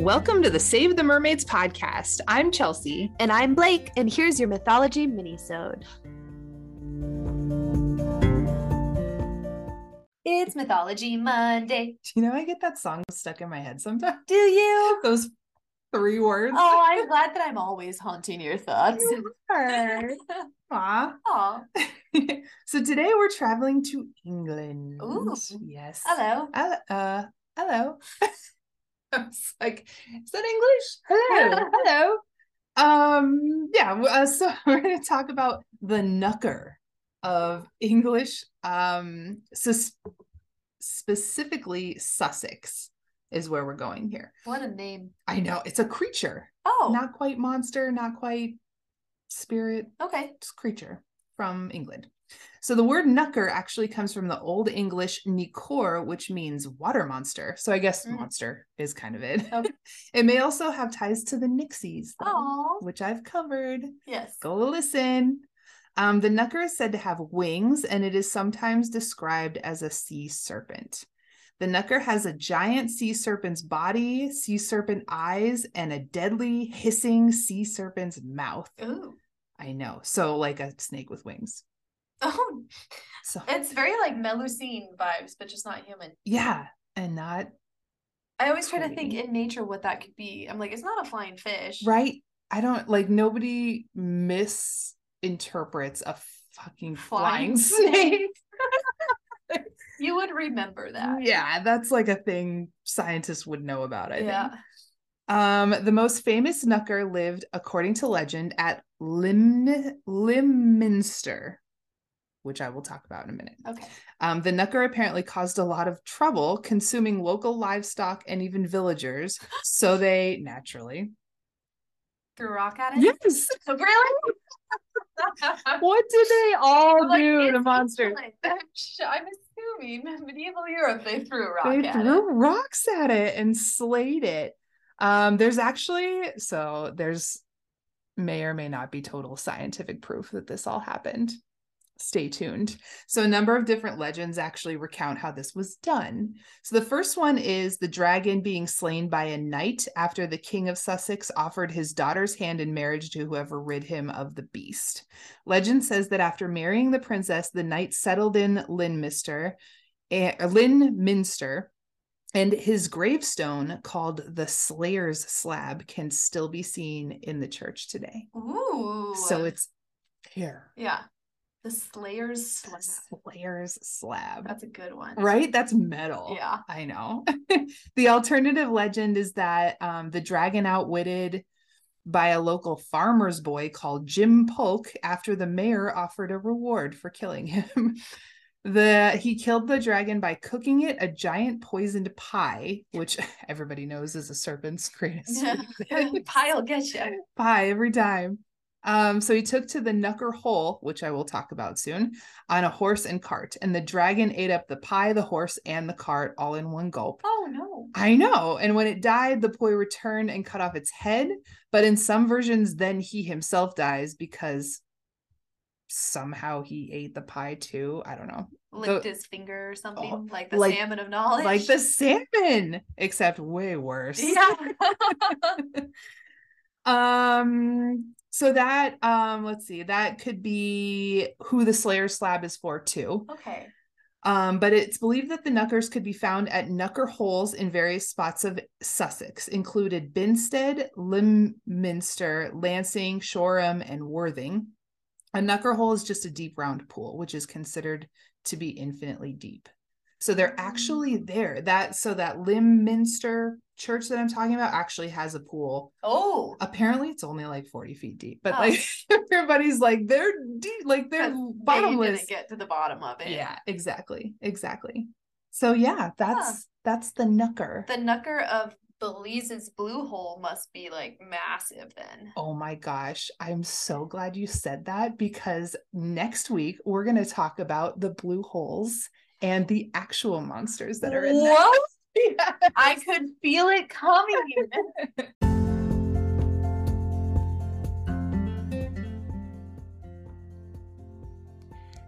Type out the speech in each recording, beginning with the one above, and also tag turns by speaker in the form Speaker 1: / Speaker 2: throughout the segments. Speaker 1: Welcome to the Save the Mermaids podcast. I'm Chelsea.
Speaker 2: And I'm Blake, and here's your mythology minisode. It's Mythology Monday.
Speaker 1: Do you know I get that song stuck in my head sometimes?
Speaker 2: Do you?
Speaker 1: Those three words.
Speaker 2: Oh, I'm glad that I'm always haunting your thoughts.
Speaker 1: Aw.
Speaker 2: Oh,
Speaker 1: so today we're traveling to England.
Speaker 2: Ooh.
Speaker 1: Yes.
Speaker 2: hello.
Speaker 1: Hello. Uh, hello. I was like, is that English? Hello. hello. Um, yeah. w- Uh, so we're going to talk about the knucker of English, um, sus- specifically Sussex is where we're going here.
Speaker 2: What a name.
Speaker 1: I know it's a creature,
Speaker 2: Oh,
Speaker 1: not quite monster, not quite spirit,
Speaker 2: okay.
Speaker 1: just creature from England. So the word knucker actually comes from the Old English nikor, which means water monster. So I guess
Speaker 2: Mm.
Speaker 1: monster is kind of it.
Speaker 2: Okay.
Speaker 1: it may also have ties to the Nixies, though,
Speaker 2: Oh,
Speaker 1: which I've covered.
Speaker 2: yes.
Speaker 1: Go listen. Um, the knucker is said to have wings, and it is sometimes described as a sea serpent. The knucker has a giant sea serpent's body, sea serpent eyes, and a deadly hissing sea serpent's mouth.
Speaker 2: Ooh.
Speaker 1: I know. So like a snake with wings.
Speaker 2: Oh,
Speaker 1: So
Speaker 2: it's very like Melusine vibes, but just not human.
Speaker 1: yeah, and not
Speaker 2: I always try to think in nature what that could be. I'm like, it's not a flying fish.
Speaker 1: right. I don't like nobody misinterprets a fucking flying,
Speaker 2: Flying
Speaker 1: snake.
Speaker 2: You would remember that.
Speaker 1: Yeah, that's like a thing scientists would know about, I
Speaker 2: Yeah.
Speaker 1: think. Um, the most famous knucker lived, according to legend, at Lim- Limminster, which I will talk about in a minute.
Speaker 2: Okay.
Speaker 1: Um, the knucker apparently caused a lot of trouble, consuming local livestock and even villagers. So they naturally.
Speaker 2: Threw a rock at it?
Speaker 1: Yes.
Speaker 2: Really?
Speaker 1: What did they all
Speaker 2: I'm like,
Speaker 1: do? The
Speaker 2: it's
Speaker 1: monsters.
Speaker 2: England. I'm sh- I'm assuming medieval Europe, they threw a rock
Speaker 1: They
Speaker 2: at it.
Speaker 1: threw rocks at it and slayed it. Um, there's actually so there's may or may not be total scientific proof that this all happened. Stay tuned. So, a number of different legends actually recount how this was done. So, the first one is the dragon being slain by a knight after the king of Sussex offered his daughter's hand in marriage to whoever rid him of the beast. Legend says that after marrying the princess, the knight settled in Linminster, eh, Linminster, and his gravestone called the Slayer's Slab can still be seen in the church today.
Speaker 2: Ooh. uh,
Speaker 1: So it's here.
Speaker 2: yeah, the Slayer's slab.
Speaker 1: Slayer's Slab.
Speaker 2: That's a good one.
Speaker 1: Right? That's metal.
Speaker 2: Yeah.
Speaker 1: I know. the alternative legend is that um, the dragon outwitted by a local farmer's boy called Jim Polk after the mayor offered a reward for killing him. The he killed the dragon by cooking it a giant poisoned pie, which everybody knows is a serpent's greatest weakness.
Speaker 2: Pile get you.
Speaker 1: pie every time. Um, so he took to the Knucker Hole, which I will talk about soon, on a horse and cart, and the dragon ate up the pie, the horse, and the cart all in one gulp.
Speaker 2: Oh no.
Speaker 1: I know. And when it died, the poi returned and cut off its head. But in some versions, then he himself dies because somehow he ate the pie too. I don't know.
Speaker 2: Licked his finger or something
Speaker 1: Oh,
Speaker 2: like the
Speaker 1: like-
Speaker 2: salmon of knowledge.
Speaker 1: Like the salmon, except way worse.
Speaker 2: Yeah.
Speaker 1: Um, so that um, let's see, that could be who the Slayer slab is for too.
Speaker 2: okay.
Speaker 1: Um, but it's believed that the knuckers could be found at knucker holes in various spots of Sussex, included Binstead, Limminster, Lansing, Shoreham, and Worthing. A knucker hole is just a deep round pool, which is considered to be infinitely deep. So they're actually there. That so that Limminster church that I'm talking about actually has a pool
Speaker 2: Oh.
Speaker 1: apparently it's only like 40 feet deep but
Speaker 2: Oh.
Speaker 1: like everybody's like they're deep like they're
Speaker 2: 'Cause They
Speaker 1: bottomless
Speaker 2: didn't get to the bottom of it.
Speaker 1: yeah exactly exactly so yeah that's that's the knucker
Speaker 2: The knucker of Belize's blue hole must be like massive then.
Speaker 1: oh my gosh i'm so glad you said that because next week we're going to talk about the blue holes and the actual monsters that are in there
Speaker 2: Whoa.
Speaker 1: Yeah.
Speaker 2: I could feel it coming.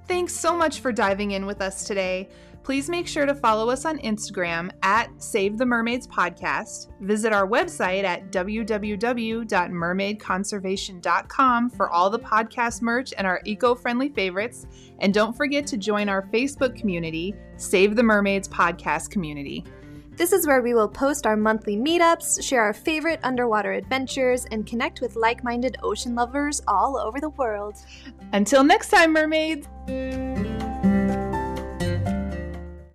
Speaker 1: Thanks so much for diving in with us today. Please make sure to follow us on Instagram at Save the Mermaids Podcast. Visit our website at www.mermaidconservation.com for all the podcast merch and our eco friendly favorites. And don't forget to join our Facebook community, Save the Mermaids Podcast Community.
Speaker 2: This is where we will post our monthly meetups, share our favorite underwater adventures, and connect with like minded ocean lovers all over the world.
Speaker 1: Until next time, mermaids!